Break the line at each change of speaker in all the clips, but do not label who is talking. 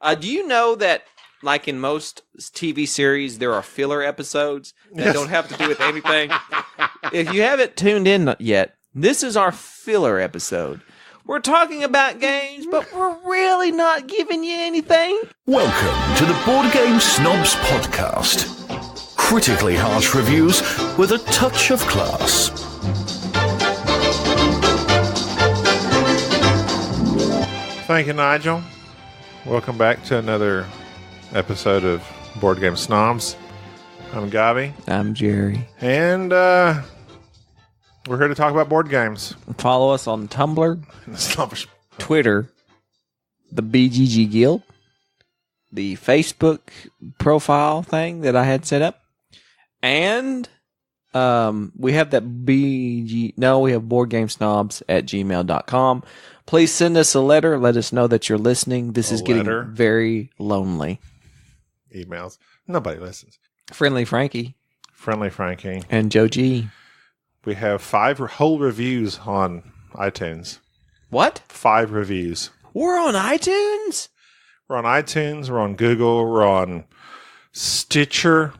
Uh, do you know that, like in most TV series, there are filler episodes that
Yes.
don't have to do with anything? if you haven't tuned in yet, this is our filler episode. We're talking about games, but we're really not giving you anything.
Welcome to the Board Game Snobs Podcast. Critically harsh reviews with a touch of class.
Thank you, Nigel. Welcome back to another episode of Board Game Snobs. I'm Gabi,
I'm Jerry.
and uh, we're here to talk about board games.
Follow us on Tumblr,
The Snobbish
Twitter, the BGG Guild, the Facebook profile thing that I had set up, and um, we have that BG. No, we have boardgamesnobs at gmail.com. Please send us a letter. Let us know that you're listening. This
A
is
letter?
getting very lonely.
emails. Nobody listens.
Friendly Frankie
Friendly Frankie.
and Joe G.
We have five whole reviews on iTunes.
What?
Five reviews.
We're on iTunes?
We're on iTunes. We're on Google. We're on Stitcher.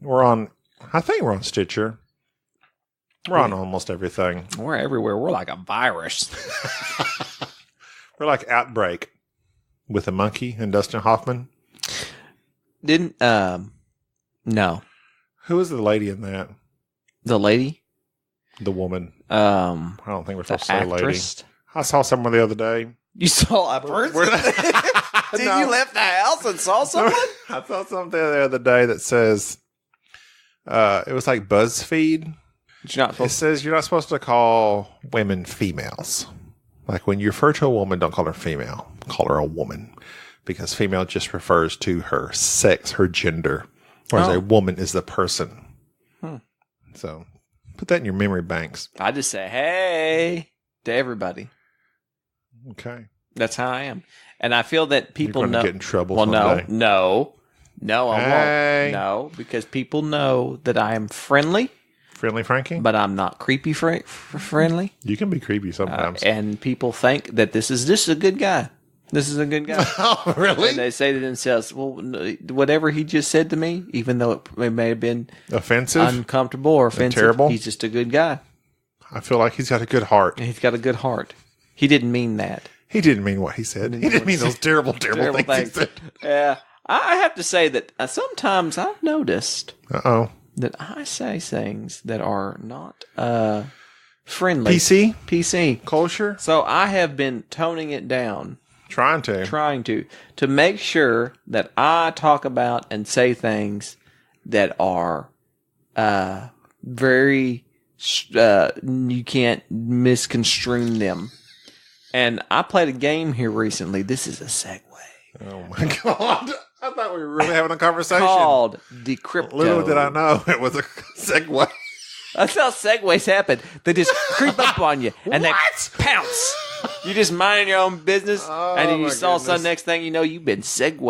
We're on. I think we're on Stitcher. We're on almost everything.
We're everywhere. We're like a virus.
We're like Outbreak with a monkey and Dustin Hoffman.
Didn't, um, no.
Who is the lady in that?
The lady?
The woman.
Um,
I don't think we're
the
supposed to say lady.
actress.
I saw someone the other day.
You saw a person? Dude,
No.
you left the house and saw someone?
I saw something the other day that says uh, it was like BuzzFeed.
You're not
It says you're not supposed to call women females. Like when you refer to a woman, don't call her female. Call her a woman because female just refers to her sex, her gender, whereas
Oh.
a woman is the person.
Hmm.
So put that in your memory banks.
I just say hey to everybody.
Okay.
That's how I am, and I feel that people
you're going
know.
to get in trouble
well, no,
someday.
no, no, I
Hey.
won't. No, because people know that I am friendly,
Friendly Frankie?
but I'm not creepy fri f- friendly.
you can be creepy sometimes.
And people think that this is this is a good guy. This is a good guy.
oh, really?
eh. And they say to themselves, "Well, n- whatever he just said to me, even though it may- may have been
Offensive?
uncomfortable or offensive,
terrible?
he's just a good guy.
I feel like he's got a good heart.
And he's got a good heart. He didn't mean that.
He didn't mean what he said. He didn't mean those terrible, terrible,
Terrible
things.
things. Yeah, I I have to say that uh, sometimes I've noticed
Uh oh.
that I say things that are not uh, friendly.
PC?
PC.
Kosher?
So I have been toning it down,
Trying to.
trying to to make sure that I talk about and say things that are uh, very s- uh, you can't misconstrue them. And I played a game here recently. This is a segue.
Oh my god! I thought we were really having a conversation.
called the crypto.
Little did I know it was a segue.
That's how segues happen. They just creep up on you and they pounce. You just mind your own business,
Oh,
and then you
my
saw some
goodness.
next thing you know, you've been segued.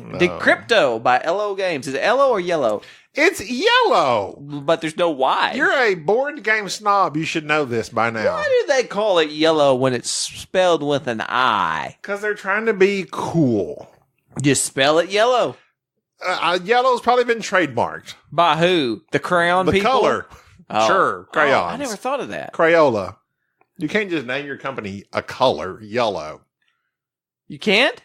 No.
The crypto by LO Games is it LO or yellow,
It's yellow.
but there's no Y.
You're a board game snob. You should know this by now.
Why do they call it yellow when it's spelled with an I?
Because they're trying to be cool.
Just spell it yellow.
Uh, uh, yellow's probably been trademarked.
By who? The crayon
the
people.
color,
Oh.
sure,
Oh,
crayons,
I never thought of that.
Crayola. You can't just name your company a color yellow.
You can't.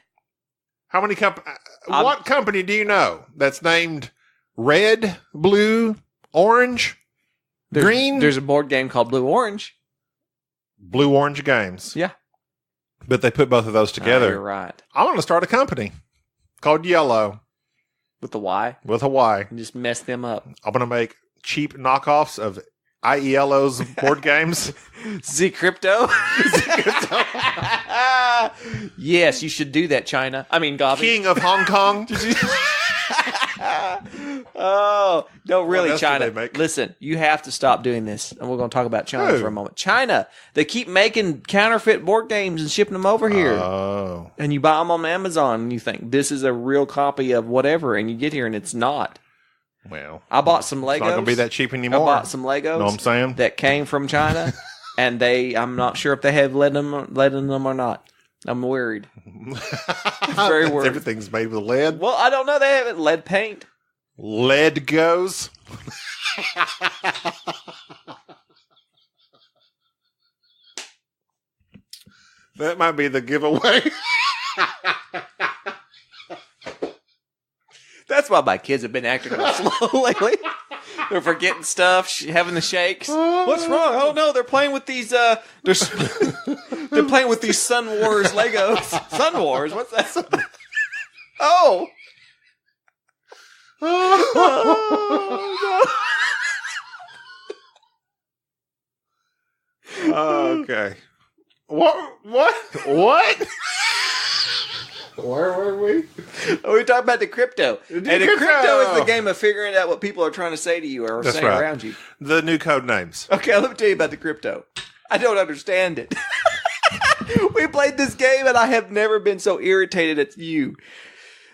How many comp- uh,
I'm-
What company do you know that's named red, blue, orange,
There's,
green?
There's a board game called Blue Orange.
blue orange games.
Yeah.
But they put both of those
Oh, you're
together.
right.
I want to start a company called Yellow
With the Y
with Hawaii.
and just mess them up.
I'm going to make cheap knockoffs of IELO's board games.
Z crypto. yes, you should do that, China. I mean, Gavi.
King of Hong Kong.
oh no, really,
else do
China.
they make?
Listen, you have to stop doing this, and we're going to talk about China
Who?
for a moment. China, they keep making counterfeit board games and shipping them over here.
Oh.
and you buy them on Amazon, and you think this is a real copy of whatever, and you get here and it's not.
Well,
I bought some Legos.
it's not going to be that cheap
I
anymore.
bought some Legos.
know what I'm saying?
that came from China, and they I'm not sure if they have let them letting them or not. I'm worried.
Very
worried.
Everything's made with lead.
Well, I don't know. They haven't lead paint.
Lead goes. that might be the giveaway.
That's why my kids have been acting real slow lately. They're forgetting stuff, sh- having the shakes. What's wrong? Oh no, they're playing with these. Uh, they're, s- they're playing with these Sun Wars Legos. Sun Wars. What's that? oh. Mm.
Oh, okay. What? What? What? Where were we?
Are we talking about the crypto? And the
crypto.
crypto is the game of figuring out what people are trying to say to you or
That's
saying
right.
around you.
The new code names.
Okay, let me tell you about the crypto. I don't understand it. we played this game and I have never been so irritated at you.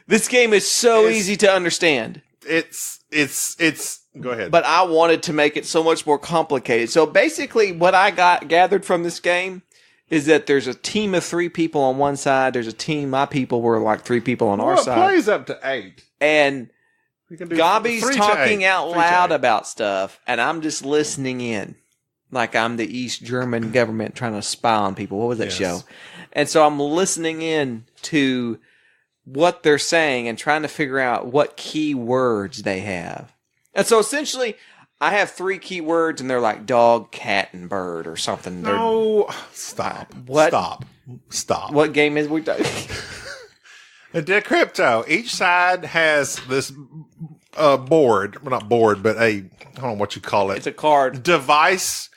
This game is so
It's-
easy to understand,
It's it's it's. Go ahead.
but I wanted to make it so much more complicated. So basically, what I got gathered from this game is that there's a team of three people on one side. There's a team, my people were like three people on our
Well, it
side,
plays up to eight.
and
We can do
Gobby's
three to
talking
eight.
out
Three to
loud
eight.
about stuff, and I'm just listening in, like I'm the East German government trying to spy on people. What was that
Yes.
show? And so I'm listening in to what they're saying and trying to figure out what key words they have. And so essentially, I have three key words, and they're like dog, cat, and bird, or something. They're-
No, stop.
What?
Stop. Stop.
What game is we talking?
The crypto. Each side has this uh, board. Well, not board, but a I don't know what you call
it's
it.
a card
device,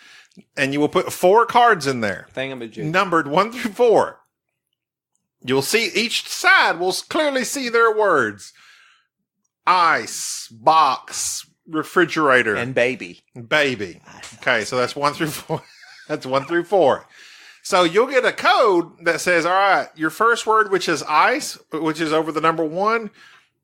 and you will put four cards in there,
thing. I'm a Jew.
numbered one through four. You'll see each side will s- clearly see their words: ice, box, refrigerator,
and baby.
baby. Okay, so that's one through four. That's one through four. So you'll get a code that says, all right, your first word, which is ice, which is over the number one,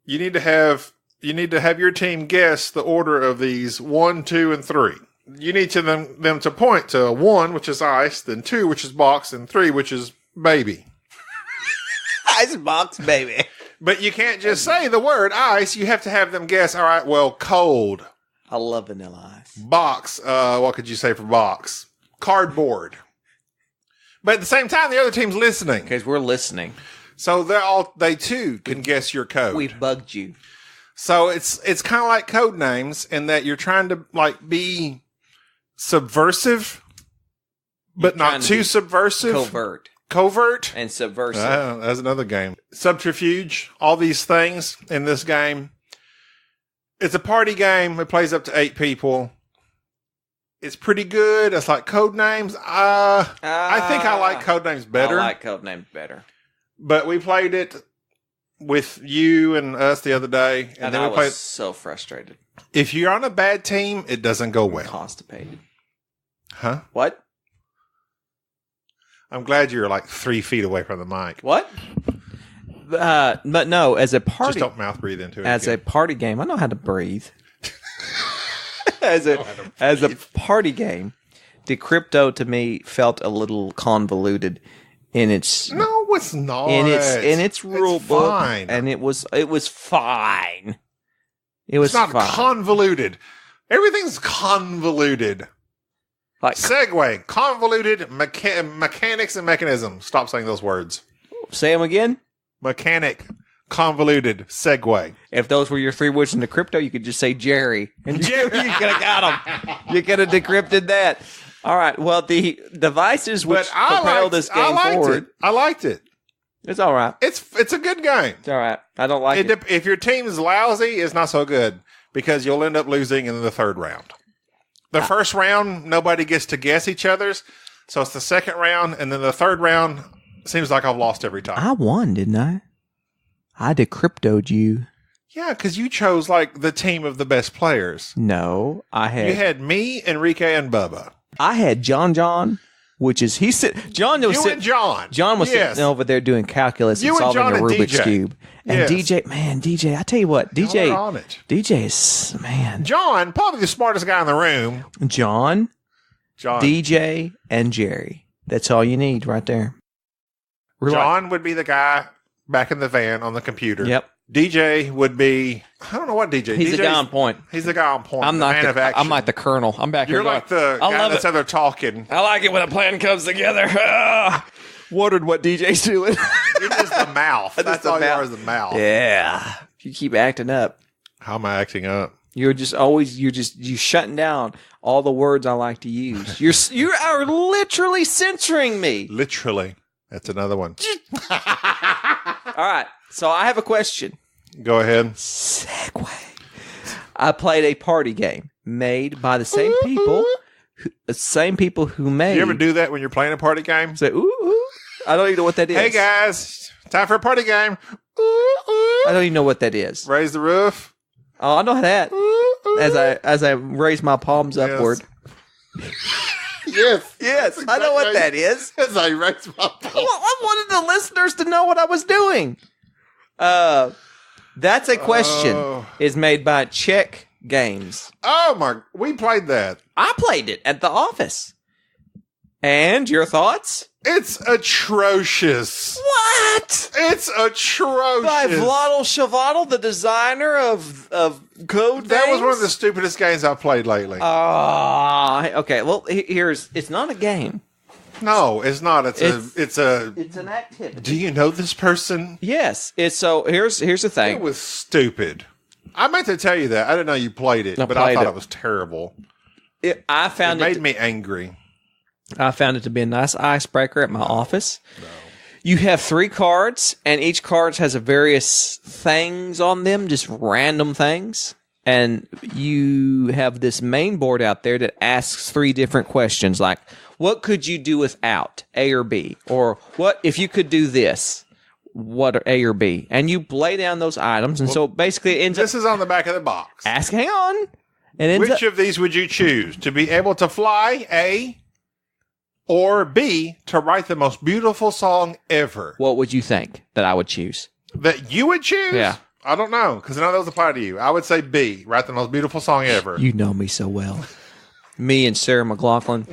you need to have you need to have your team guess the order of these one, two, and three. You need to them them to point to one, which is ice, then two, which is box, and three, which is baby.
Icebox baby.
But you can't just say the word ice. You have to have them guess. All right, well, cold,
I love vanilla ice.
box. Uh, what could you say for box? Cardboard. But at the same time, the other team's listening,
Because we're listening.
so they are all they too can guess your code.
We bugged you.
so it's it's kind of like code names in that you're trying to like be subversive, but
trying
not
to
too
be
subversive.
covert
Covert.
and subversive.
Ah, that's another game. Subterfuge. All these things in this game. It's a party game. It plays up to eight people. It's pretty good. It's like code names. Uh, I think I like code names better.
Ah, I like Codename better.
but we played it with you and us the other day, and,
And,
then
I
we
was
played.
so frustrated,
If you're on a bad team, it doesn't go well,
constipated.
huh?
What?
I'm glad you're like three feet away from the mic.
What? Uh, but no, as a
Just
party,
don't mouth breathe into it.
as a
again.
party game, I know how to breathe. as a as a party game, the crypto to me felt a little convoluted in its
no, it's not.
in its in its rule book,
fine.
and it was it was fine. It was
It's not
fine.
convoluted. Everything's convoluted.
like
Segway, convoluted mecha- mechanics and mechanism. Stop saying those words.
say them again.
Mechanic, convoluted, Segway.
If those were your three words in the crypto, you could just say Jerry, and Jerry, you could have got him. You could have decrypted that. All right. Well, the devices which
But I
propel
liked,
this
I
game
liked
forward,
it. I liked it.
it's all right.
It's it's a good game.
It's all right. I don't like it.
It dep- if your team's lousy, it's not so good because you'll end up losing in the third round. The first round, nobody gets to guess each other's, so it's the second round, and then the third round seems like I've lost every time.
I won, didn't I? I decryptoed you.
Yeah, because you chose like the team of the best players.
No, I had,
You had me, Enrique, and Bubba.
I had John John, which is he sit John was
You
sit-
and John.
John was
yes.
sitting over there doing calculus
You
and
and
solving
John
a
and
Rubik's
DJ.
cube. And
Yes.
DJ, man, DJ, I tell you what,
Y'all are
DJ,
on it.
DJ is man,
John, probably the smartest guy in the room.
John,
John.
DJ, and Jerry. That's all you need right there. We're like-
John would be the guy back in the van on the computer.
yep.
DJ would be I don't know what DJ.
He's the
DJ's
guy on point.
He's the guy on point.
I'm
the
not
man
the,
of action.
I'm like the colonel. I'm back
You're
here.
like
going,
the
I
guy
love
that's
it.
out there talking.
I like it when a plan comes together. Ah! Wondered what DJ's doing.
You're just the mouth. That's
the
all you
mouth.
are is the mouth.
yeah. If you keep acting up,
How am I acting up?
you're just always you're just you shutting down all the words I like to use. You're s- you are literally censoring me.
Literally. That's another one.
All right. So I have a question.
Go ahead.
Segway. I played a party game made by the same people, who, the same people who made.
You ever do that when you're playing a party game?
Say, ooh, ooh. I don't even know what that is.
Hey guys, time for a party game. Ooh, ooh.
I don't even know what that is.
Raise the roof.
Oh, I know that.
Ooh, ooh.
As I as I raise my palms
Yes.
upward.
yes.
Yes, I know what that is.
As I raise my
I, wa-
ball.
I wanted the listeners to know what I was doing. Uh, that's a question.
Oh.
Is made by Czech Games.
Oh my! We played that.
I played it at the office. And your thoughts?
It's atrocious.
What?
It's atrocious.
By Vladil Shavaddle, the designer of of code.
that was one of the
things?
stupidest games I've played lately.
Uh, Ah, okay. Well, he- here's. It's not a game.
no, it's not. It's,
it's-
a. It's a.
It's an activity.
Do you know this person?
Yes. It's so. Here's here's the
It
thing.
was stupid. I meant to tell you that. I didn't know you played it,
I
but I
played
thought
it.
it was terrible.
It- I
It
found it.
made me angry.
I found it to be a nice icebreaker at my office. You have three cards, and each card has a various things on them, just random things. And you have this main board out there that asks three different questions, like what could you do without A or B, or what if you could do this, what are A or B, and you lay down those items, and so basically it ends up
This is on the back of the box.
ask. Hang on, and ends up,
Which of these would you choose? To be able to fly, A, or B, to write the most beautiful song ever?
what would you think that I would choose?
That you would choose?
Yeah.
I don't know, because none of those apply to you. I would say B, write the most beautiful song ever.
You know me so well. me and Sarah McLaughlin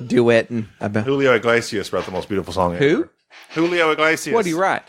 duetting about
Julio Iglesias wrote the most beautiful song
who?
ever. Julio Iglesias.
What do you write?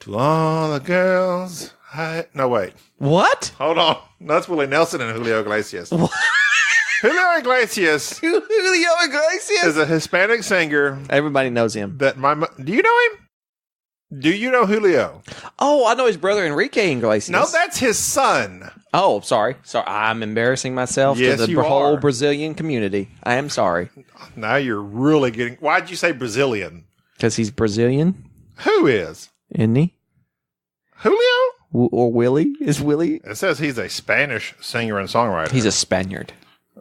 To all the girls. I... No, wait.
What?
Hold on. That's Willie Nelson and Julio Iglesias. Julio Iglesias
Julio Iglesias.
is a Hispanic singer
Everybody knows him.
that my. mo- Do you know him? Do you know Julio?
Oh, I know his brother Enrique Iglesias.
No, that's his son.
Oh, sorry. Sorry, I'm embarrassing myself
Yes,
to the
you
whole
are.
Brazilian community. I am sorry
Now you're really getting. Why'd you say Brazilian?
because he's Brazilian,
Who is
isn't he?
Julio?
W- or Willie is Willie?
It says he's a Spanish singer and songwriter.
He's a Spaniard.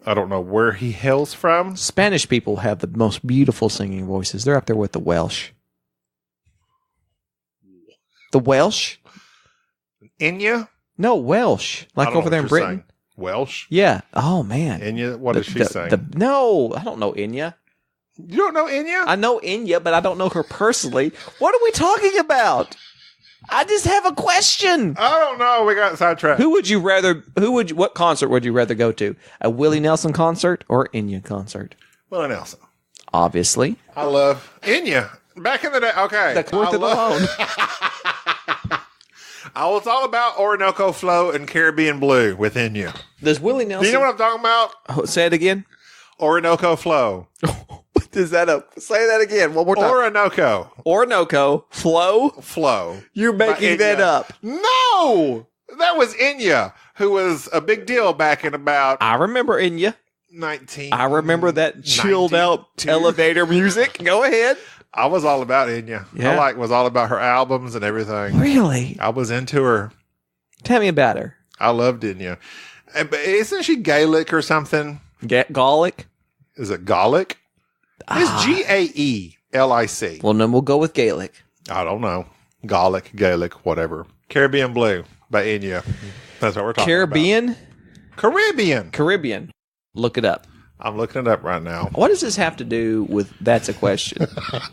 I don't know where he hails from.
Spanish people have the most beautiful singing voices. They're up there with the Welsh. The Welsh?
Inya,
No, Welsh.
I
Like
don't know
over there in
what you're
Britain.
saying. Welsh.
Yeah. Oh man.
Inya, What
The-
is she
the-
saying?
the- no, I don't know Inya.
you don't know Inya?
I know Inya, but I don't know her personally. What are we talking about? I just have a question.
I don't know. We got sidetracked.
Who would you rather? Who would? You, what concert would you rather go to? A Willie Nelson concert or Inya concert?
Willie Nelson.
Obviously,
I love Inya. Back in the day, okay.
the
I,
Quartet
love,
alone.
I was all about Orinoco Flow and Caribbean Blue with Inya.
Does Willie
Do
Nelson
you know what I'm talking about?
Oh, say it again?
Orinoco Flow.
Is that a say that again one more time?
Orinoco
Orinoco flow?
Flow.
You're making that
Inya.
up.
No, that was Inya, who was a big deal back in about
I remember Inya.
19.
I remember that chilled out
92.
elevator music. Go ahead.
I was all about Inya. I
Yeah.
like was all about her albums and everything.
Really?
I was into her.
Tell me about her.
I loved Inya. And- But isn't she Gaelic or something?
Get Gallic.
Is it Gaelic? It's G A E L I C.
Ah. Well, then we'll go with Gaelic.
I don't know. Gaelic, Gaelic, whatever. Caribbean Blue by Inya. That's what we're talking
Caribbean,
about. Caribbean.
Caribbean. Look it up.
I'm looking it up right now.
What does this have to do with? That's a question.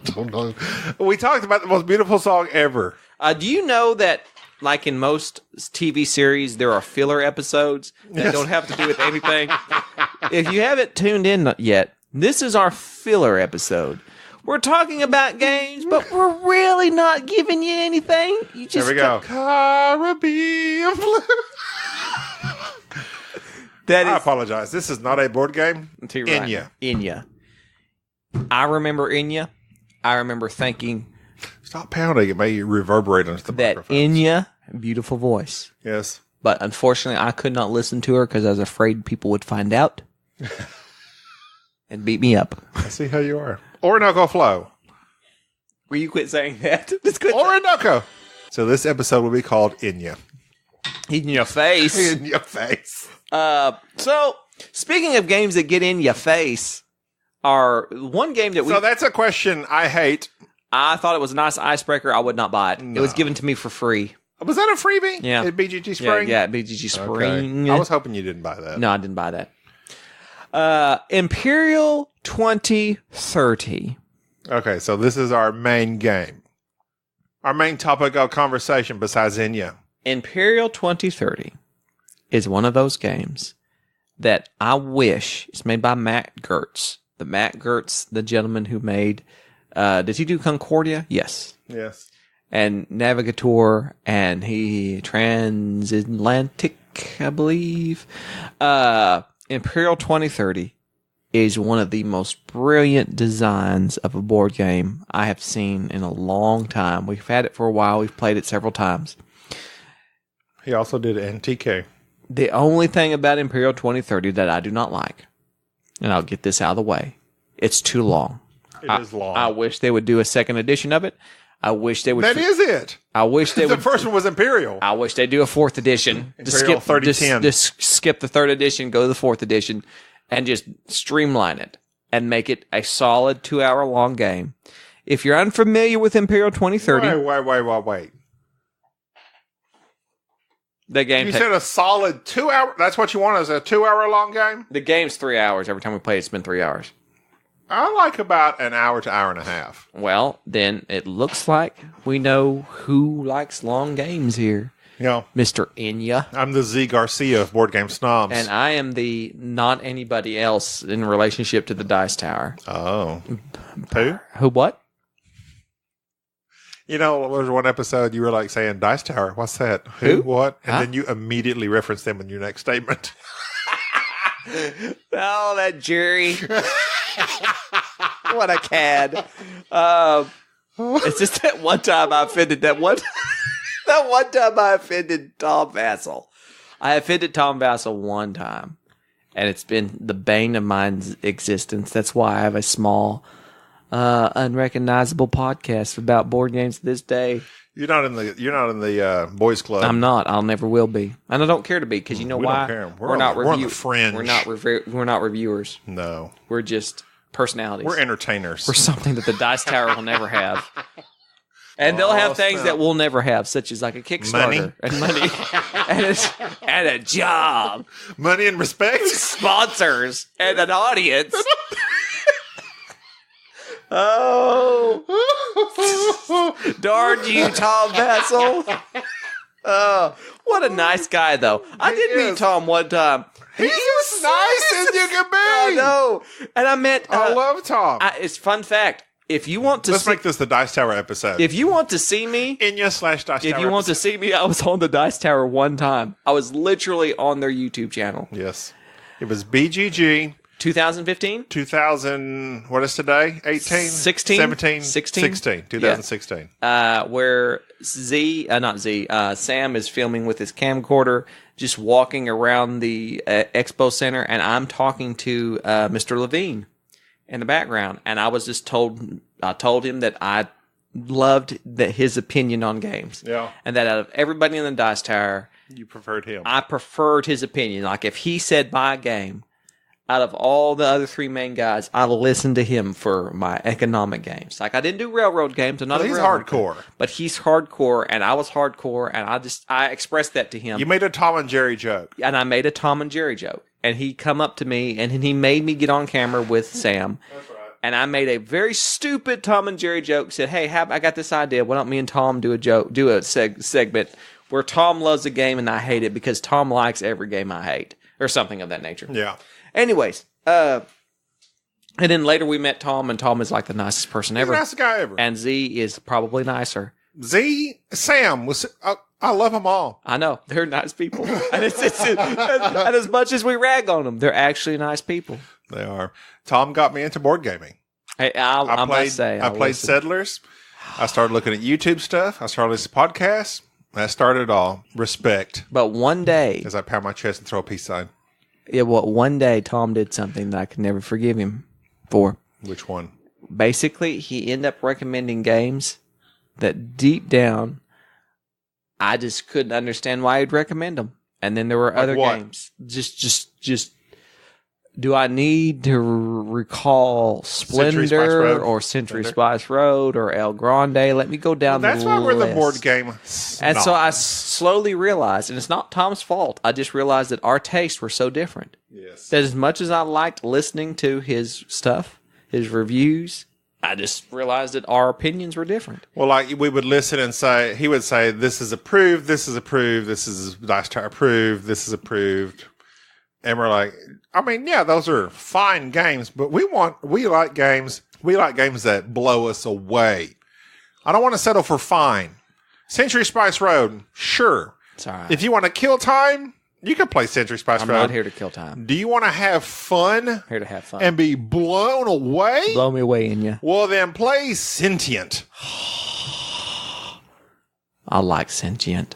Don't know. We talked about the most beautiful song ever.
uh, do you know that, like in most TV series, there are filler episodes that don't have to do with anything? if you haven't tuned in yet, this is our filler episode. We're talking about games, but we're really not giving you anything. You just
There we go. Caribbean Blue.
That
I
is
apologize. This is not a board game.
To your right.
Inya.
Inya. I remember Inya. I remember thinking
Stop pounding. It may reverberate onto the
that
microphone.
Inya, beautiful voice.
yes.
But unfortunately, I could not listen to her because I was afraid people would find out and beat me up.
I see how you are. Orinoco Flow.
Will you quit saying that? Just quit
Orinoco. So this episode will be called Inya.
in your face.
In your face.
Uh, so, speaking of games that get in your face, are one game that we
So that's a question I hate.
I thought it was a nice icebreaker. I would not buy it. It was given to me for free.
Was that a freebie?
Yeah.
At BGG
Yeah,
Spring?
yeah, BGG
Okay.
Spring.
I was hoping you didn't buy that.
No, I didn't buy that. Uh, Imperial 2030.
Okay, so this is our main game. Our main topic of conversation besides Inya.
Imperial 2030 is one of those games that I wish it's made by Matt Gertz. The Matt Gertz, the gentleman who made uh did he do Concordia? Yes.
Yes.
And Navigator and he Transatlantic, I believe. Uh Imperial 2030 is one of the most brilliant designs of a board game I have seen in a long time. We've had it for a while, we've played it several times.
He also did NTK.
The only thing about Imperial 2030 that I do not like, and I'll get this out of the way, it's too long.
It is long.
I wish they would do a second edition of it. I wish they would.
that is it.
I wish they
The
would.
first one was Imperial.
I wish they do a fourth edition. Just
Mm-hmm. Imperial
skip
3010.
Just, just skip the third edition, go to the fourth edition, and just streamline it and make it a solid two-hour-long game. If you're unfamiliar with Imperial 2030,
Wait, wait, wait, wait, wait.
the game
You
ta-
said a solid two hour. That's what you want is a two hour long game.
the game's three hours. Every time we play, it, it's been three hours.
I like about an hour to hour and a half.
Well, then it looks like we know who likes long games here,
You know,
Mister Inya,
I'm the Z Garcia of board game snobs.
and I am the not anybody else in relationship to the Dice Tower.
oh, who?
Who? What?
You know, there was one episode you were like saying Dice Tower. What's that?
Who?
Who? What? And
Huh?
then you immediately referenced them in your next statement.
Oh, that jury! what a cad! Uh, it's just that one time I offended that one. that one time I offended Tom Vassell. I offended Tom Vassell one time, and it's been the bane of my existence. That's why I have a small, uh, unrecognizable podcast about board games to this day.
You're not in the. You're not in the uh, boys club.
I'm not. I'll never will be, and I don't care to be because you know
We don't
why.
care. We're on
not
the- we're on the
review-
fringe.
We're not. Rev- we're not reviewers.
no,
We're just personalities.
we're entertainers.
We're something that the Dice Tower will never have. And they'll have things that we'll never have, such as like a Kickstarter
Money.
and money, and a, and a job,
Money and respect.
sponsors, and an audience. oh, darn you, Tom Vassell! Oh, what a nice guy, though. I did meet
is.
Tom one time.
He's as nice as you can
I
be.
know, and I met.
I
uh,
love Tom.
I, it's fun fact. If you want to
Let's
see,
make this the Dice Tower episode.
if you want to see me,
Inya slash Dice
if
Tower.
you want
episode.
to see me, I was on the Dice Tower one time. I was literally on their YouTube channel.
yes, it was BGG
2015?
2000. What is today? 18,
16?
17,
16?
16, 2016.
Uh, where Z, uh, not Z, uh, Sam is filming with his camcorder, just walking around the uh, expo center, and I'm talking to uh, Mr. Levine in the background, and I was just told, I told him that I loved that his opinion on games,
Yeah.
and that out of everybody in the Dice Tower,
You preferred him.
I preferred his opinion. Like if he said my game, out of all the other three main guys, I listened to him for my economic games. Like I didn't do railroad games. I'm not. a
He's
railroad guy.
hardcore.
but he's hardcore, and I was hardcore, and I just I expressed that to him,
You made a Tom and Jerry joke.
and I made a Tom and Jerry joke, and he come up to me, and he made me get on camera with Sam. And I made a very stupid Tom and Jerry joke. Said, "Hey, how, I got this idea. Why don't me and Tom do a joke, do a seg- segment where Tom loves a game and I hate it because Tom likes every game I hate, or something of that nature."
Yeah.
Anyways, uh, And then later we met Tom, and Tom is like the nicest person ever.
Nicest guy ever.
And Z is probably nicer.
Z Sam was. I, I love them all.
I know they're nice people, and, it's, it's, it- and as much as we rag on them, they're actually nice people.
They are. Tom got me into board gaming.
Hey, I, I,
I played.
must say,
I, played
listen.
Settlers. I started looking at YouTube stuff. I started listening to podcasts. That started it all. Respect.
But one day,
As I pound my chest and throw a peace sign.
yeah, well, one day Tom did something that I could never forgive him for.
Which one?
Basically, he ended up recommending games that deep down I just couldn't understand why he'd recommend them. And then there were other
what?
games. Just, just, just. Do I need to r- recall
Century Spice
Splendor
Road.
or Century
Splendor.
Spice Road or El Grande? Let me go down.
That's
the
why we're the
list.
board game.
And so
snobs.
I slowly realized, and it's not Tom's fault. I just realized that our tastes were so different.
Yes.
That as much as I liked listening to his stuff, his reviews, I just realized that our opinions were different.
Well, like we would listen and say, he would say, "This is approved. This is approved. This is dice tower approved. This is approved." And we're like, I mean, yeah, those are fine games, but we want we like games. We like games that blow us away. I don't want to settle for fine. Century Spice Road, sure.
It's all right.
If you want to kill time, you can play Century Spice
I'm
Road.
not here to kill time.
Do you want to have fun
I'm here to have fun.
and be blown away?
Blow me away in you.
well, then play Sentient.
I like sentient.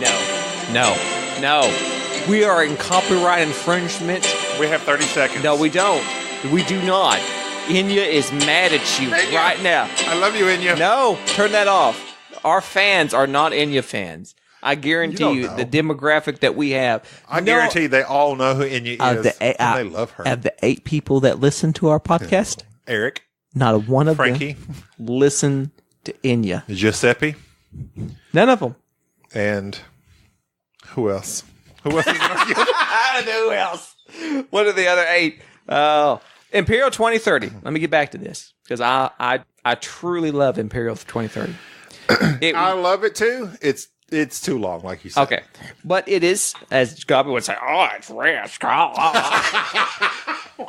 No, no, no. We are in copyright infringement.
We have thirty seconds.
No, we don't. We do not. Inya is mad at you
Inya.
right now.
I love you, Inya.
No, turn that off. Our fans are not Inya fans. I
You
guarantee
don't
you,
know.
the demographic that we have.
I
No-
guarantee they all know who Inya
Of
is.
the uh, eight,
and they love her.
Of the eight people that listen to our podcast,
Eric,
not a one of
Frankie,
them listen to Inya.
Giuseppe,
None of them.
and who else? Who else? Is gonna-
I don't know who else. What are the other eight? Oh, Imperial 2030. Let me get back to this because I, I I truly love Imperial 2030. It,
I love it too. It's it's too long, like you said.
Okay. But it is, as Gobby would say, oh, it's risk. Oh, oh,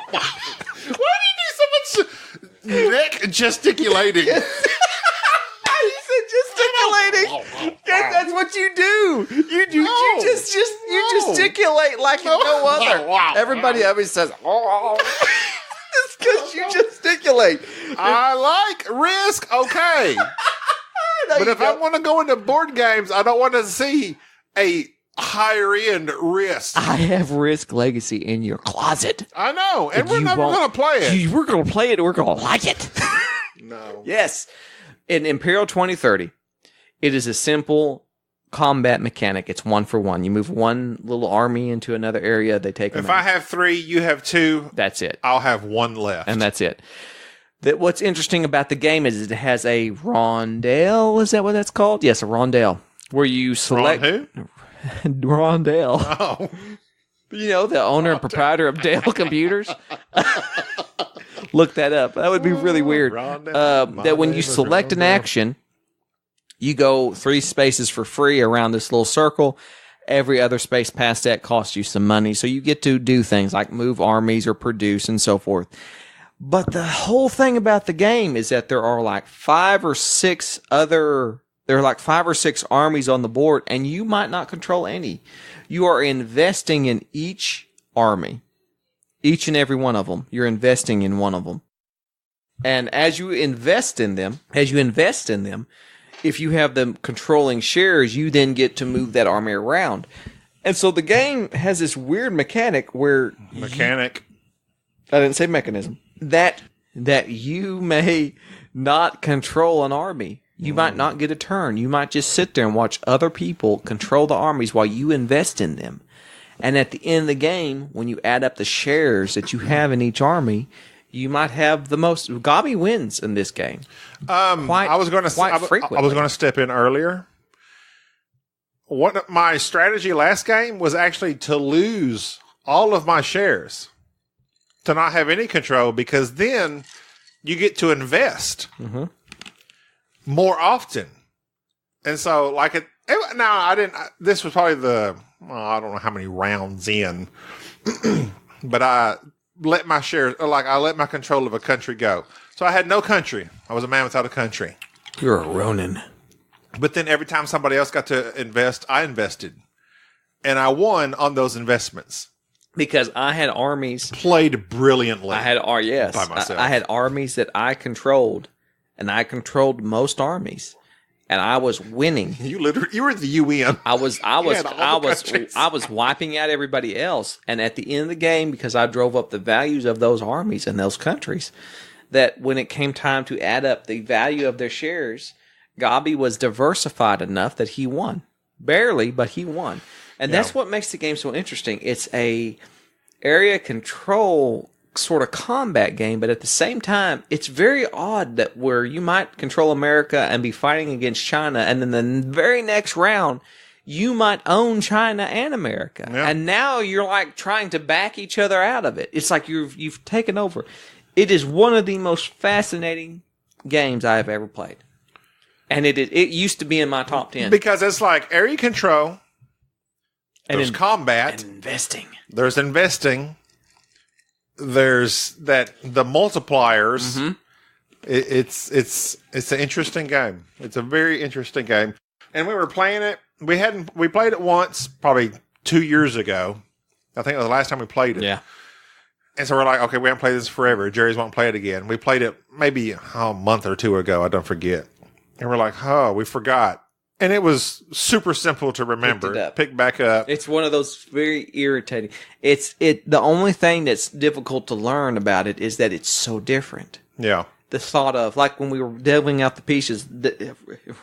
Why do you do so much neck gesticulating?
oh. he said gesticulating. That- that's what you do. You do. You
No.
just, just you
No.
gesticulate like no, no other.
Wow.
Everybody always says, oh, oh. it's because you gesticulate.
I like risk. Okay,
No,
but
you
if I
don't.
want to go into board games, I don't want to see a higher end risk.
I have Risk Legacy in your closet.
I know, and
But
we're
you
never
won't-
going to play it.
You- we're going to play it. We're going to like it.
no.
Yes. In Imperial 2030, it is a simple combat mechanic. It's one for one. You move one little army into another area, they take them
If
out.
I have three, you have two.
that's it.
I'll have one left.
And that's it. That what's interesting about the game is it has a rondelle. Is that what that's called? Yes, a rondelle. Where you
Ron
select
who?
rondelle.
Oh,
You know, the owner and proprietor of Dell Computers. Look that up. That would be really weird.
Rondell.
Uh,
My
that when
name
you
is
select an
Rondell.
action, you go three spaces for free around this little circle. Every other space past that costs you some money. So you get to do things like move armies or produce and so forth. But the whole thing about the game is that there are like five or six other there are like five or six armies on the board and you might not control any. You are investing in each army. Each and every one of them. You're investing in one of them. And as you invest in them, as you invest in them, if you have them controlling shares, you then get to move that army around. And so the game has this weird mechanic where
mechanic.
I didn't say mechanism. That that you may not control an army. You might not get a turn. You might just sit there and watch other people control the armies while you invest in them. And at the end of the game, when you add up the shares that you have in each army, you might have the most. Gabi wins in this game.
Um,
Quite-
I was going to.
quite
I, was- I was
frequently.
going to step in earlier. What my strategy last game was actually to lose all of my shares, to not have any control, because then you get to
Mm-hmm.
invest more often, and so like at, It, no, I didn't. I, this was probably the well, I don't know how many rounds in, but I let my share, like I let my control of a country go. So I had no country. I was a man without a country.
You're a Ronin.
But then every time somebody else got to invest, I invested, and I won on those investments.
Because I had armies.
Played brilliantly.
I had ar- yes.
By myself.
I, I had armies that I controlled, and I controlled most armies, and I was winning.
you literally, you were at the E UN.
I was I was
had all the
I was
countries.
I was wiping out everybody else, and at the end of the game, because I drove up the values of those armies and those countries, that when it came time to add up the value of their shares, Gabi was diversified enough that he won, barely, but he won, and that's what makes the game so interesting. It's a area control sort of combat game, but at the same time, it's very odd that where you might control America and be fighting against China, and then the very next round, you might own China and America,
Yeah.
and now you're like trying to back each other out of it. It's like you've you've taken over. It is one of the most fascinating games I have ever played, and it is, it used to be in my top ten.
Because it's like area control,
and
there's
in-
combat,
and investing.
there's investing, there's that the multipliers.
Mm-hmm.
It, it's it's it's an interesting game. It's a very interesting game. And we were playing it. We hadn't we played it once, probably two years ago. I think it was the last time we played it.
Yeah,
And so we're like, okay, we haven't played this forever. Jerry's won't play it again. We played it maybe oh, a month or two ago. I don't forget. And we're like, oh, we forgot. And it was super simple to remember.
up.
Pick back up.
It's one of those very irritating. It's it. The only thing that's difficult to learn about it is that it's so different.
yeah.
The thought of like when we were devilling out the pieces, the,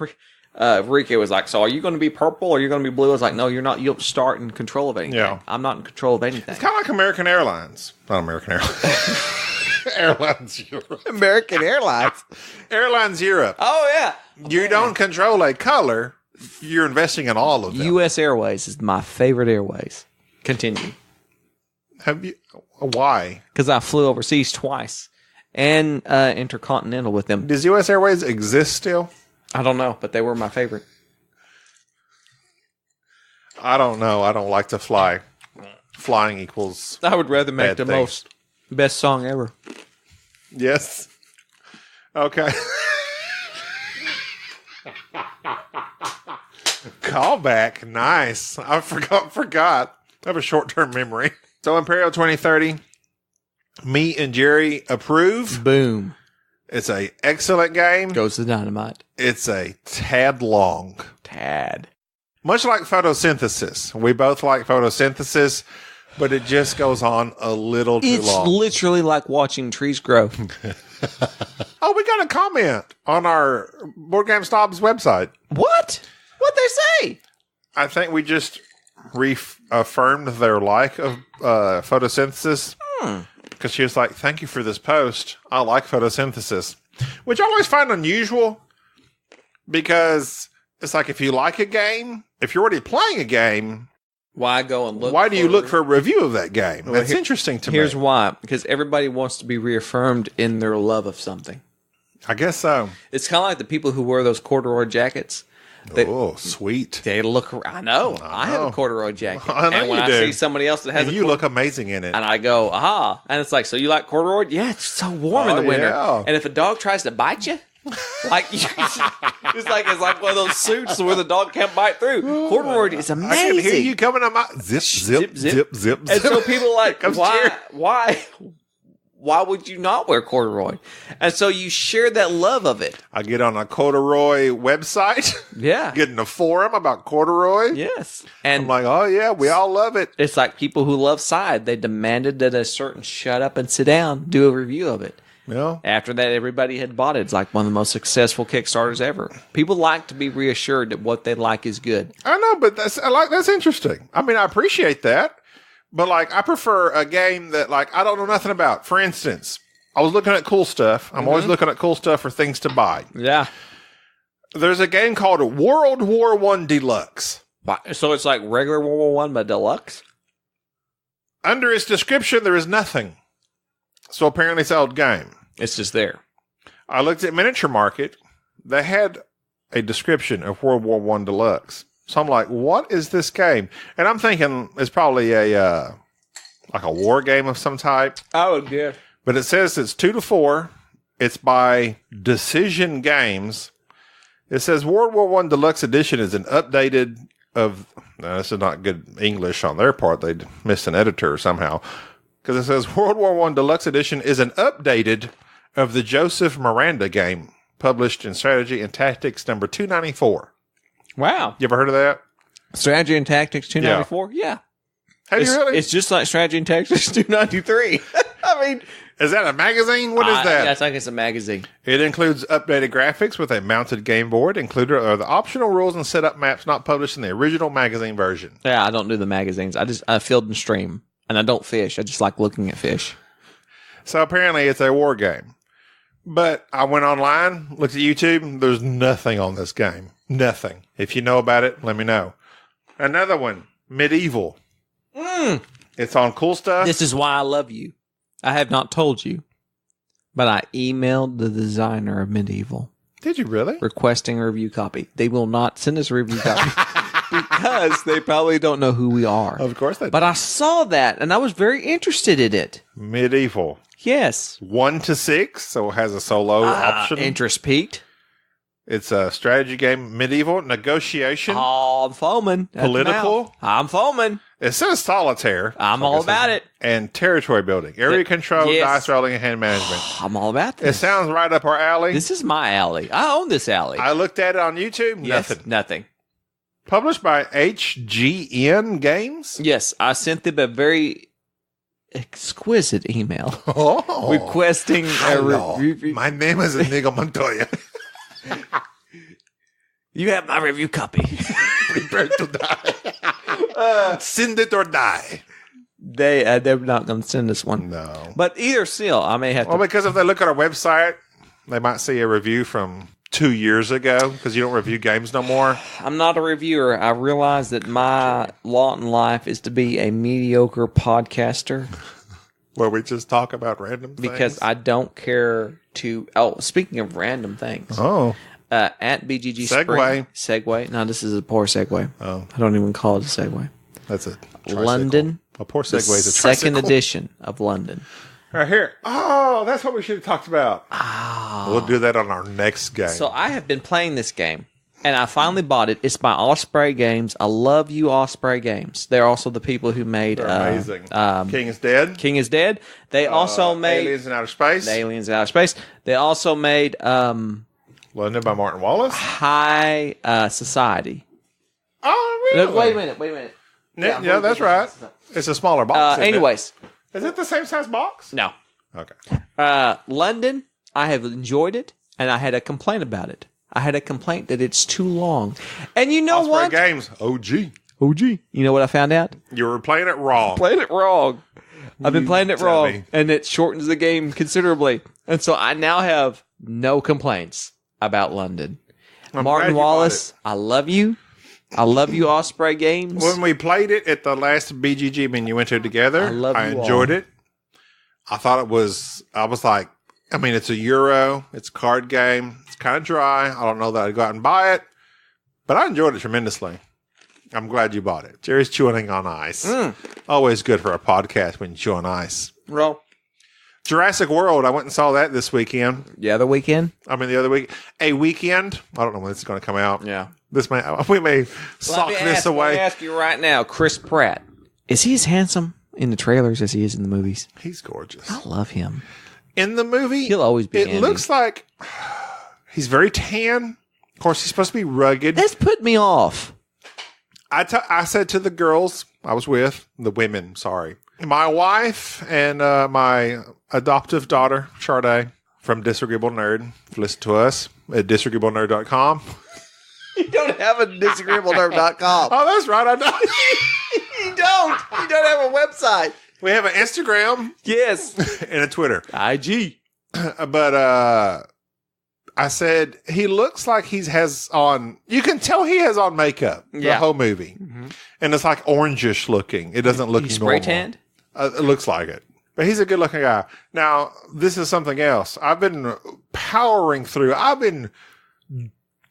uh, Ricky was like, "So are you going to be purple or are you going to be blue?" I was like, "No, you're not. You'll start in control of anything.
Yeah.
I'm not in control of anything."
Kind of like American Airlines. Not American Airlines. Airlines Europe.
American Airlines.
Airlines Europe.
Oh yeah,
You don't control a color. You're investing in all of them.
U.S. Airways is my favorite airways. Continue.
Have you? Why
Because I flew overseas twice and uh, intercontinental with them.
does U.S. Airways exist still?
I don't know, but they were my favorite.
I don't know. I don't like to fly. Flying equals
I would rather make
Bad
the
thing.
most best song ever.
Yes. Okay. Callback. Nice. I forgot forgot. I have a short term memory. So Imperial 2030. Me and Jerry approve.
Boom
It's a excellent game.
goes the dynamite.
It's a tad long.
Tad.
Much like photosynthesis. We both like photosynthesis, but it just goes on a little too
It's
long.
literally like watching trees grow.
oh, we got a comment on our Board Game Snobs website.
what? What they say?
I think we just reaffirmed their like of uh, photosynthesis
Hmm.
because she was like, "Thank you for this post. I like photosynthesis," which I always find unusual because it's like if you like a game, if you're already playing a game,
Why go and look?
why do you look for a review of that game? That's
here-
interesting to
Here's
me.
why: because everybody wants to be reaffirmed in their love of something.
I guess um, so.
It's kind of like the people who wear those corduroy jackets. They-
oh, sweet.
They look. ar- I know. I, have a
know.
corduroy jacket,
I know
and when
you
I
do.
see somebody else that has
And
a
you look amazing in it.
And I go, aha. And it's like, so you like corduroy? Yeah, it's so warm in the
Oh,
winter.
yeah.
And if a dog tries to bite you, like it's like it's like one of those suits where the dog can't bite through. Corduroy is
I can
amazing.
hear you coming on my zip,
zip.
zip, zip, zip,
And
zip.
so people are like,
comes
why,
Jerry.
why, why would you not wear corduroy? And so you share that love of it.
I get on a corduroy website.
Yeah.
get in a forum about corduroy.
Yes.
I'm
And
like, oh yeah, we all love it.
it's like people who love side. They demanded that a certain shut up and sit down do a review of it.
Yeah.
After that, everybody had bought it. It's like one of the most successful Kickstarters ever. People like to be reassured that what they like is good.
I know, but that's I like that's interesting. I mean, I appreciate that, but like, I prefer a game that like I don't know nothing about. For instance, I was looking at cool stuff. I'm always looking at cool stuff for things to buy.
Yeah.
There's a game called World War One Deluxe.
So it's like regular World War One, but deluxe.
Under its description, there is nothing. So apparently, it's an old game.
It's just there.
I looked at Miniature Market. They had a description of World War One Deluxe. So I'm like, what is this game? And I'm thinking it's probably a uh, like a war game of some type.
I would guess.
But it says it's two to four. It's by Decision Games. It says World War One Deluxe Edition is an updated of. No, this is not good English on their part. They missed an editor somehow because it says World War One Deluxe Edition is an updated of the Joseph Miranda game published in Strategy and Tactics number two ninety four.
Wow.
You ever heard of that?
Strategy and Tactics 294? Yeah.
Have
It's,
you really?
it's just like Strategy and Tactics 293. I mean,
Is that a magazine? What is
I-
that?
I think it's a magazine.
It includes updated graphics with a mounted game board. Included are the optional rules and setup maps not published in the original magazine version.
Yeah, I don't do the magazines. I just I field and stream, and I don't fish. I just like looking at fish.
So apparently, it's a war game. But I went online, looked at YouTube. There's nothing on this game. Nothing. If you know about it, let me know. Another one, Medieval. It's on Cool Stuff.
This is why I love you. I have not told you, but I emailed the designer of Medieval
Did you really?
requesting a review copy. They will not send us a review copy because they probably don't know who we are.
Of course they did.
But I saw that, and I was very interested in it.
Medieval.
Yes,
One to six, so it has a solo
Ah,
Oh, option.
interest peaked.
It's a strategy game, medieval negotiation.
Oh, I'm foaming. at the
Political?
mouth. I'm foaming.
It says solitaire.
I'm
like
all
I said,
about it.
And territory building, area
Th-
control,
yes.
dice rolling, and hand management.
I'm all about
it
this.
sounds right up our alley.
This is my alley. I own this alley.
I looked at it on YouTube.
Yes,
Nothing.
Nothing.
Published by HGN Games.
Yes, I sent them a very exquisite email
Oh,
requesting a
Hello.
re- review.
My name is Inigo Montoya.
you have my review copy.
Prepare to die.
Uh.
Send it or die.
they uh, they're not going to send us one.
No.
But either still, I may have
Well,
to.
because if they look at our website, they might see a review from two years ago because you don't review games no more.
I'm not a reviewer. I realize that my lot in life is to be a mediocre podcaster
Where we just talk about random things.
because I don't care to. Oh, speaking of random things,
oh.
uh, at BGG
Segway.
Spring, segue. No, this is a poor segue.
Oh.
I don't even call it a segue.
That's a tricycle.
London.
A poor segue
the
is a
second
tricycle.
edition of London.
Right here. Oh, that's what we should have talked about. We'll do that on our next game.
Ah. So I have been playing this game, and I finally bought it. It's by Osprey Games. I love you, Osprey Games. They're also the people who made uh,
Amazing. King is dead.
King is Dead. They also made
Aliens in Outer Space.
The Aliens in Outer Space. They also made um,
London by Martin Wallace.
Ah. High uh, Society.
Oh, really?
Look, Wait a minute. Wait a minute.
Yeah, yeah, that's right. It's a smaller
Uh, Oh,
box. isn't it?
anyways,
Is it the same size box?
no.
Okay.
Uh, London, I have enjoyed it, and I had a complaint about it. I had a complaint that it's too long. And you know
Osprey
what?
Games. OG.
OG. You know what I found out?
You were playing it wrong.
Played it wrong. I've been playing it
tell
wrong,
me.
and it shortens the game considerably. And so I now have no complaints about London.
glad you
Martin
bought
Wallace, I love you. I love you, Osprey Games.
When we played it at the last BGG Minuendo together, I,
love you all.
enjoyed it. I thought it was, I was like, I mean, it's a Euro, it's a card game, it's kind of dry. I don't know that I'd go out and buy it, but I enjoyed it tremendously. I'm glad you bought it. Jerry's chewing on ice.
Mm.
Always good for a podcast when you chew on ice.
Roll.
Jurassic World, I went and saw that this weekend.
The other weekend?
I mean, the other week, a weekend. I don't know when this is going to come out.
Yeah.
This may, we may sock
Let
this
me
away.
ask you right now, Chris Pratt. Is he as handsome in the trailers as he is in the movies?
He's gorgeous.
I love him.
in the movie.
He'll always be
It
Andy.
looks like he's very tan. Of course, he's supposed to be rugged.
That's put me off.
I t- I said to the girls I was with, the women, sorry, my wife and uh, my adoptive daughter, Charday, from Disagreeable Nerd. Listen to us at disagreeablenerd.com.
You don't have a disagreeablenerd.com.
Oh, that's right. I know.
You don't. You don't have a website.
we have an Instagram
Yes.
and a Twitter.
IG.
but uh I said he looks like he has on. You can tell he has on makeup the
Yeah. Mm-hmm.
whole movie, and it's like orangish looking. It doesn't look
You spray
normal.
tanned?
Uh, it looks like it, but he's a good looking guy. Now this is something else. I've been powering through. I've been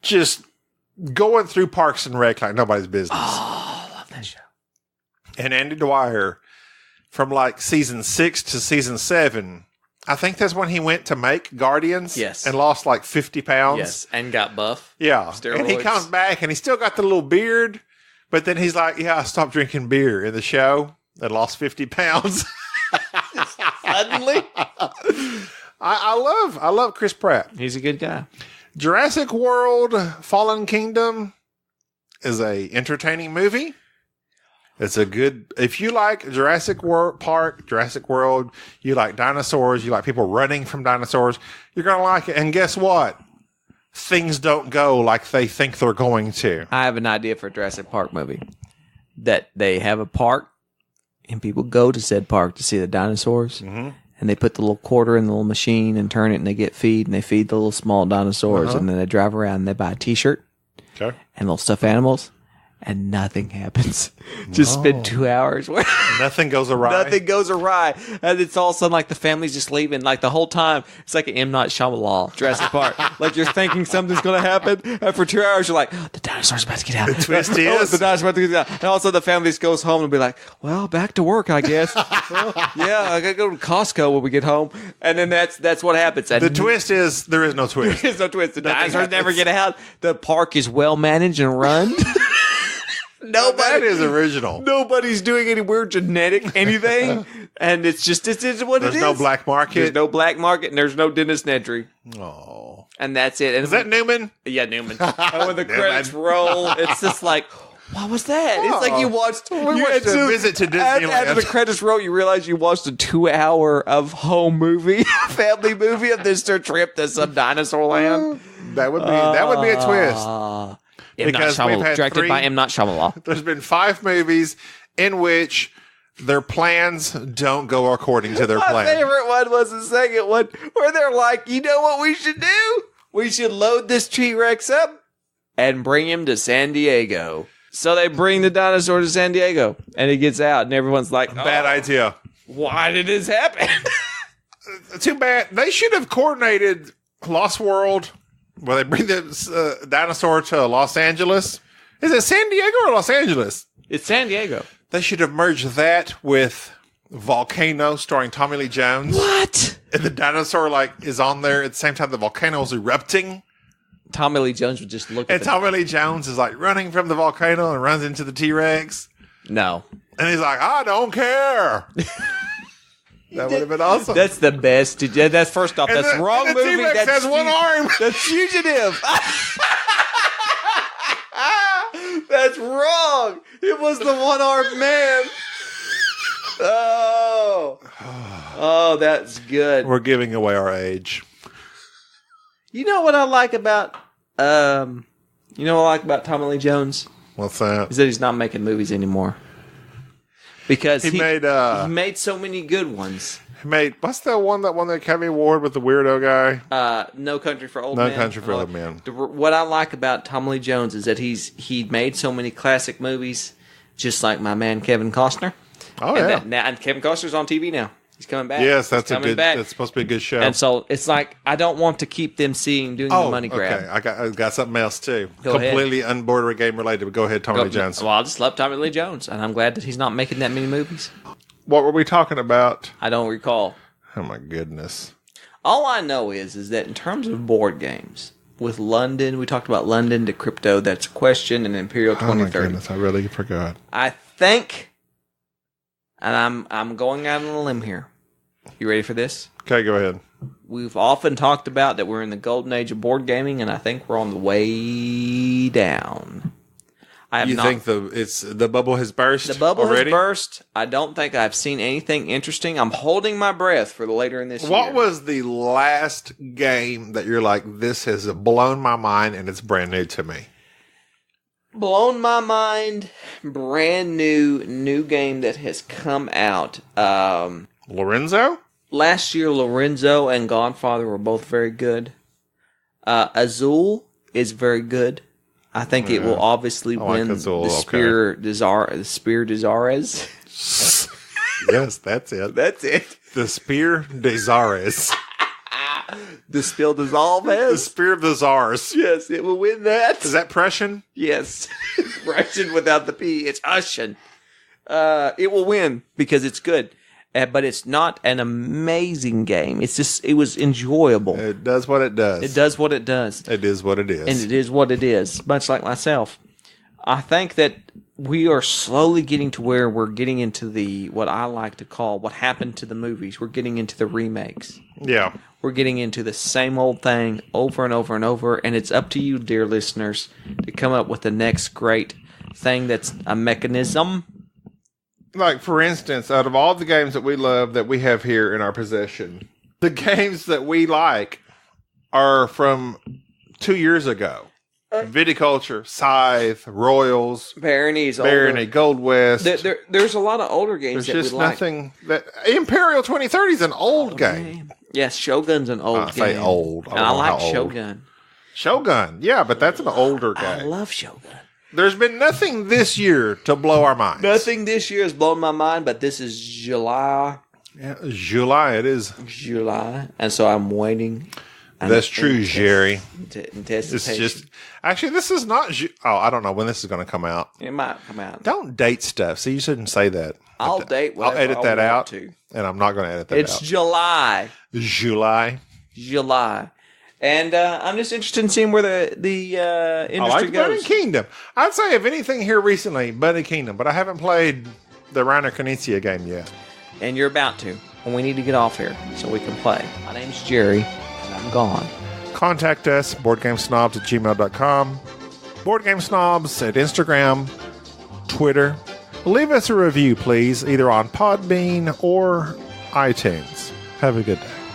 just going through Parks and Rec like nobody's business.
Oh, I love that show.
and Andy Dwyer from like season six to season seven. I think that's when he went to make Guardians.
Yes.
And lost like 50 pounds.
Yes, and got buff.
Yeah. And he
Steroids.
comes back and he still got the little beard, but then he's like, yeah, I stopped drinking beer in the show and lost 50 pounds.
Suddenly,
I, I love, I love Chris Pratt.
he's a good guy.
Jurassic World Fallen Kingdom is a entertaining movie. It's a good if you like Jurassic World Park, Jurassic World, you like dinosaurs, you like people running from dinosaurs, you're going to like it. And guess what? Things don't go like they think they're going to.
I have an idea for a Jurassic Park movie that they have a park and people go to said park to see the dinosaurs.
Mhm.
And they put the little quarter in the little machine and turn it, and they get feed, and they feed the little small dinosaurs, and then they drive around and they buy a T-shirt
Okay.
and little stuffed animals, and nothing happens. Just spend two hours where
Nothing goes awry.
nothing goes awry, and it's all of a sudden like the family's just leaving. Like the whole time, it's like an M Night Shyamalan Jurassic Park. like you're thinking something's going to happen, and for two hours you're like, the dinosaur's about to get out. The
twist is-
the dinosaur's about to get out. And also the family just goes home and be like, well, back to work, I guess. Well, yeah, I got to go to Costco when we get home, and then that's that's what happens. And
The twist is there is no twist.
there's no twist. The dinosaurs
happens.
never get out. The park is well managed and run.
that
Nobody
is original.
nobody's doing any weird genetic anything, and it's just it's, it's what
There's
it is.
no black
There's
market.
no black market, and there's no Dennis Nedry,
oh.
and that's it. And
Is that Newman?
yeah, Newman. and when the
Newman.
credits roll, it's just like. What was that? It's like you
Oh.
watched. you
watched
had
a visit to
After, after the
Disneyland.
credits roll, you realize you watched a two-hour of home movie, family movie of this their trip to some dinosaur land.
That would be that would be a twist.
Uh,
Because we've had
directed
three-
by M. Not Shyamalan.
There's been five movies in which their plans don't go according to their
My
plan.
favorite one was the second one where they're like, you know what we should do? We should load this T Rex up and bring him to San Diego. So they bring the dinosaur to San Diego and it gets out, and everyone's like,
Bad
"Oh,
idea.
Why did this happen?
Too bad. They should have coordinated Lost World, where they bring the uh, dinosaur to Los Angeles. Is it San Diego or Los Angeles?
it's San Diego.
They should have merged that with Volcano, starring Tommy Lee Jones.
What?
And the dinosaur like is on there at the same time the volcano is erupting.
Tommy Lee Jones would just look at
And
the-
Tommy Lee Jones is like running from the volcano and runs into the T Rex.
No.
And he's like, I don't care. that would have been awesome.
That's the best. Yeah, That's first off,
And
that's
the-
wrong
and the
movie.
T-Rex
that's
has one
fu-
arm.
That's fugitive. That's wrong. It was the one armed man. Oh. Oh, that's good.
We're giving away our age.
You know what I like about um you know what I like about Tommy Lee Jones?
What's that?
Is that he's not making movies anymore. Because
He,
he,
made uh
he made so many good ones.
he made what's that one that won the Academy Award with the weirdo guy?
uh, No Country for Old
No
Men.
Country for
Uh,
Old Men.
the- what I like about Tommy Lee Jones is that he's he made so many classic movies, just like my man Kevin Costner.
Oh
and,
yeah.
that- now, and Kevin Costner's on TV now. He's coming back.
yes,
He's
that's a
coming
good
back.
that's supposed to be a good show. Oh,
and so it's like I don't want to keep them seeing doing the money grab.
okay. I got I got something else too.
Go ahead.
Completely unborder game related, but go ahead, Tommy Lee Jones.
Well, I just love Tommy Lee Jones, and I'm glad that he's not making that many movies.
What were we talking about?
I don't recall.
Oh my goodness.
All I know is is that in terms of board games, with London, we talked about London to crypto. That's a question, and Imperial
Oh my
2030.
goodness, I really forgot.
I think, and I'm I'm going out on a limb here. You ready for this?
Okay, go ahead.
We've often talked about that we're in the golden age of board gaming, and I think we're on the way down. I have
You
not.
think the it's the bubble has burst?
the bubble
already?
has burst. I don't think I've seen anything interesting. I'm holding my breath for the later in this
What
year.
was the last game that you're like, this has blown my mind and it's brand new to me?
blown my mind? Brand new new game that has come out. Um,
Lorenzo?
last year Lorenzo and Godfather were both very good. Uh, Azul is very good. I think it will obviously
like
win
Azul,
the
okay.
Spear Desar the Spear Desares.
yes, that's it.
That's it.
The Spear de Zares.
The spell dissolve
The
has.
spirit of the czars.
Yes, it will win that.
Is that Prussian?
Yes. Russian without the P. It's Russian. Uh, it will win because it's good. Uh, but it's not an amazing game. It's just, it was enjoyable.
It does what it does.
It does what it does.
It is what it is.
and it is what it is, much like myself. I think that we are slowly getting to where we're getting into the what I like to call what happened to the movies. We're getting into the remakes.
yeah.
We're getting into the same old thing over and over and over, and it's up to you, dear listeners, to come up with the next great thing that's a mechanism.
Like, for instance, out of all the games that we love that we have here in our possession, the games that we like are from two years ago Viticulture, Scythe, Royals,
Barony's
Barony, Gold West.
There, there, there's a lot of older games that
There's just
we like. Oh,
nothing that Imperial 2030 is an old game.
Yes, Shogun's an old
I
game.
say old. I
and I
don't know
like
how old.
Shogun.
Shogun, yeah, but that's an older
I
game.
love Shogun.
There's been nothing this year to blow our minds.
Nothing this year has blown my mind, but this is July,
Yeah, July, it is.
July, and so I'm waiting. I'm
That's true, Jerry.
To
It's
anticipation.
just actually this is not. Ju- Oh, I don't know when this is going to come out.
it might come out.
Don't date stuff. So you shouldn't say that.
I'll date.
I'll
whatever
edit
I
that
want
out,
To.
and I'm not going to edit that
It's
out.
July,
July.
July, and uh, I'm just interested in seeing where the the uh, industry
I like Bunny
goes.
Kingdom. I'd say if anything here recently, Bunny Kingdom, but I haven't played the Reiner Knizia game yet.
and you're about to, and we need to get off here so we can play. My name's Jerry, and I'm gone.
Contact us, boardgamesnobs at gmail.com, boardgamesnobs at Instagram, Twitter. Leave us a review, please, either on Podbean or iTunes. Have a good day.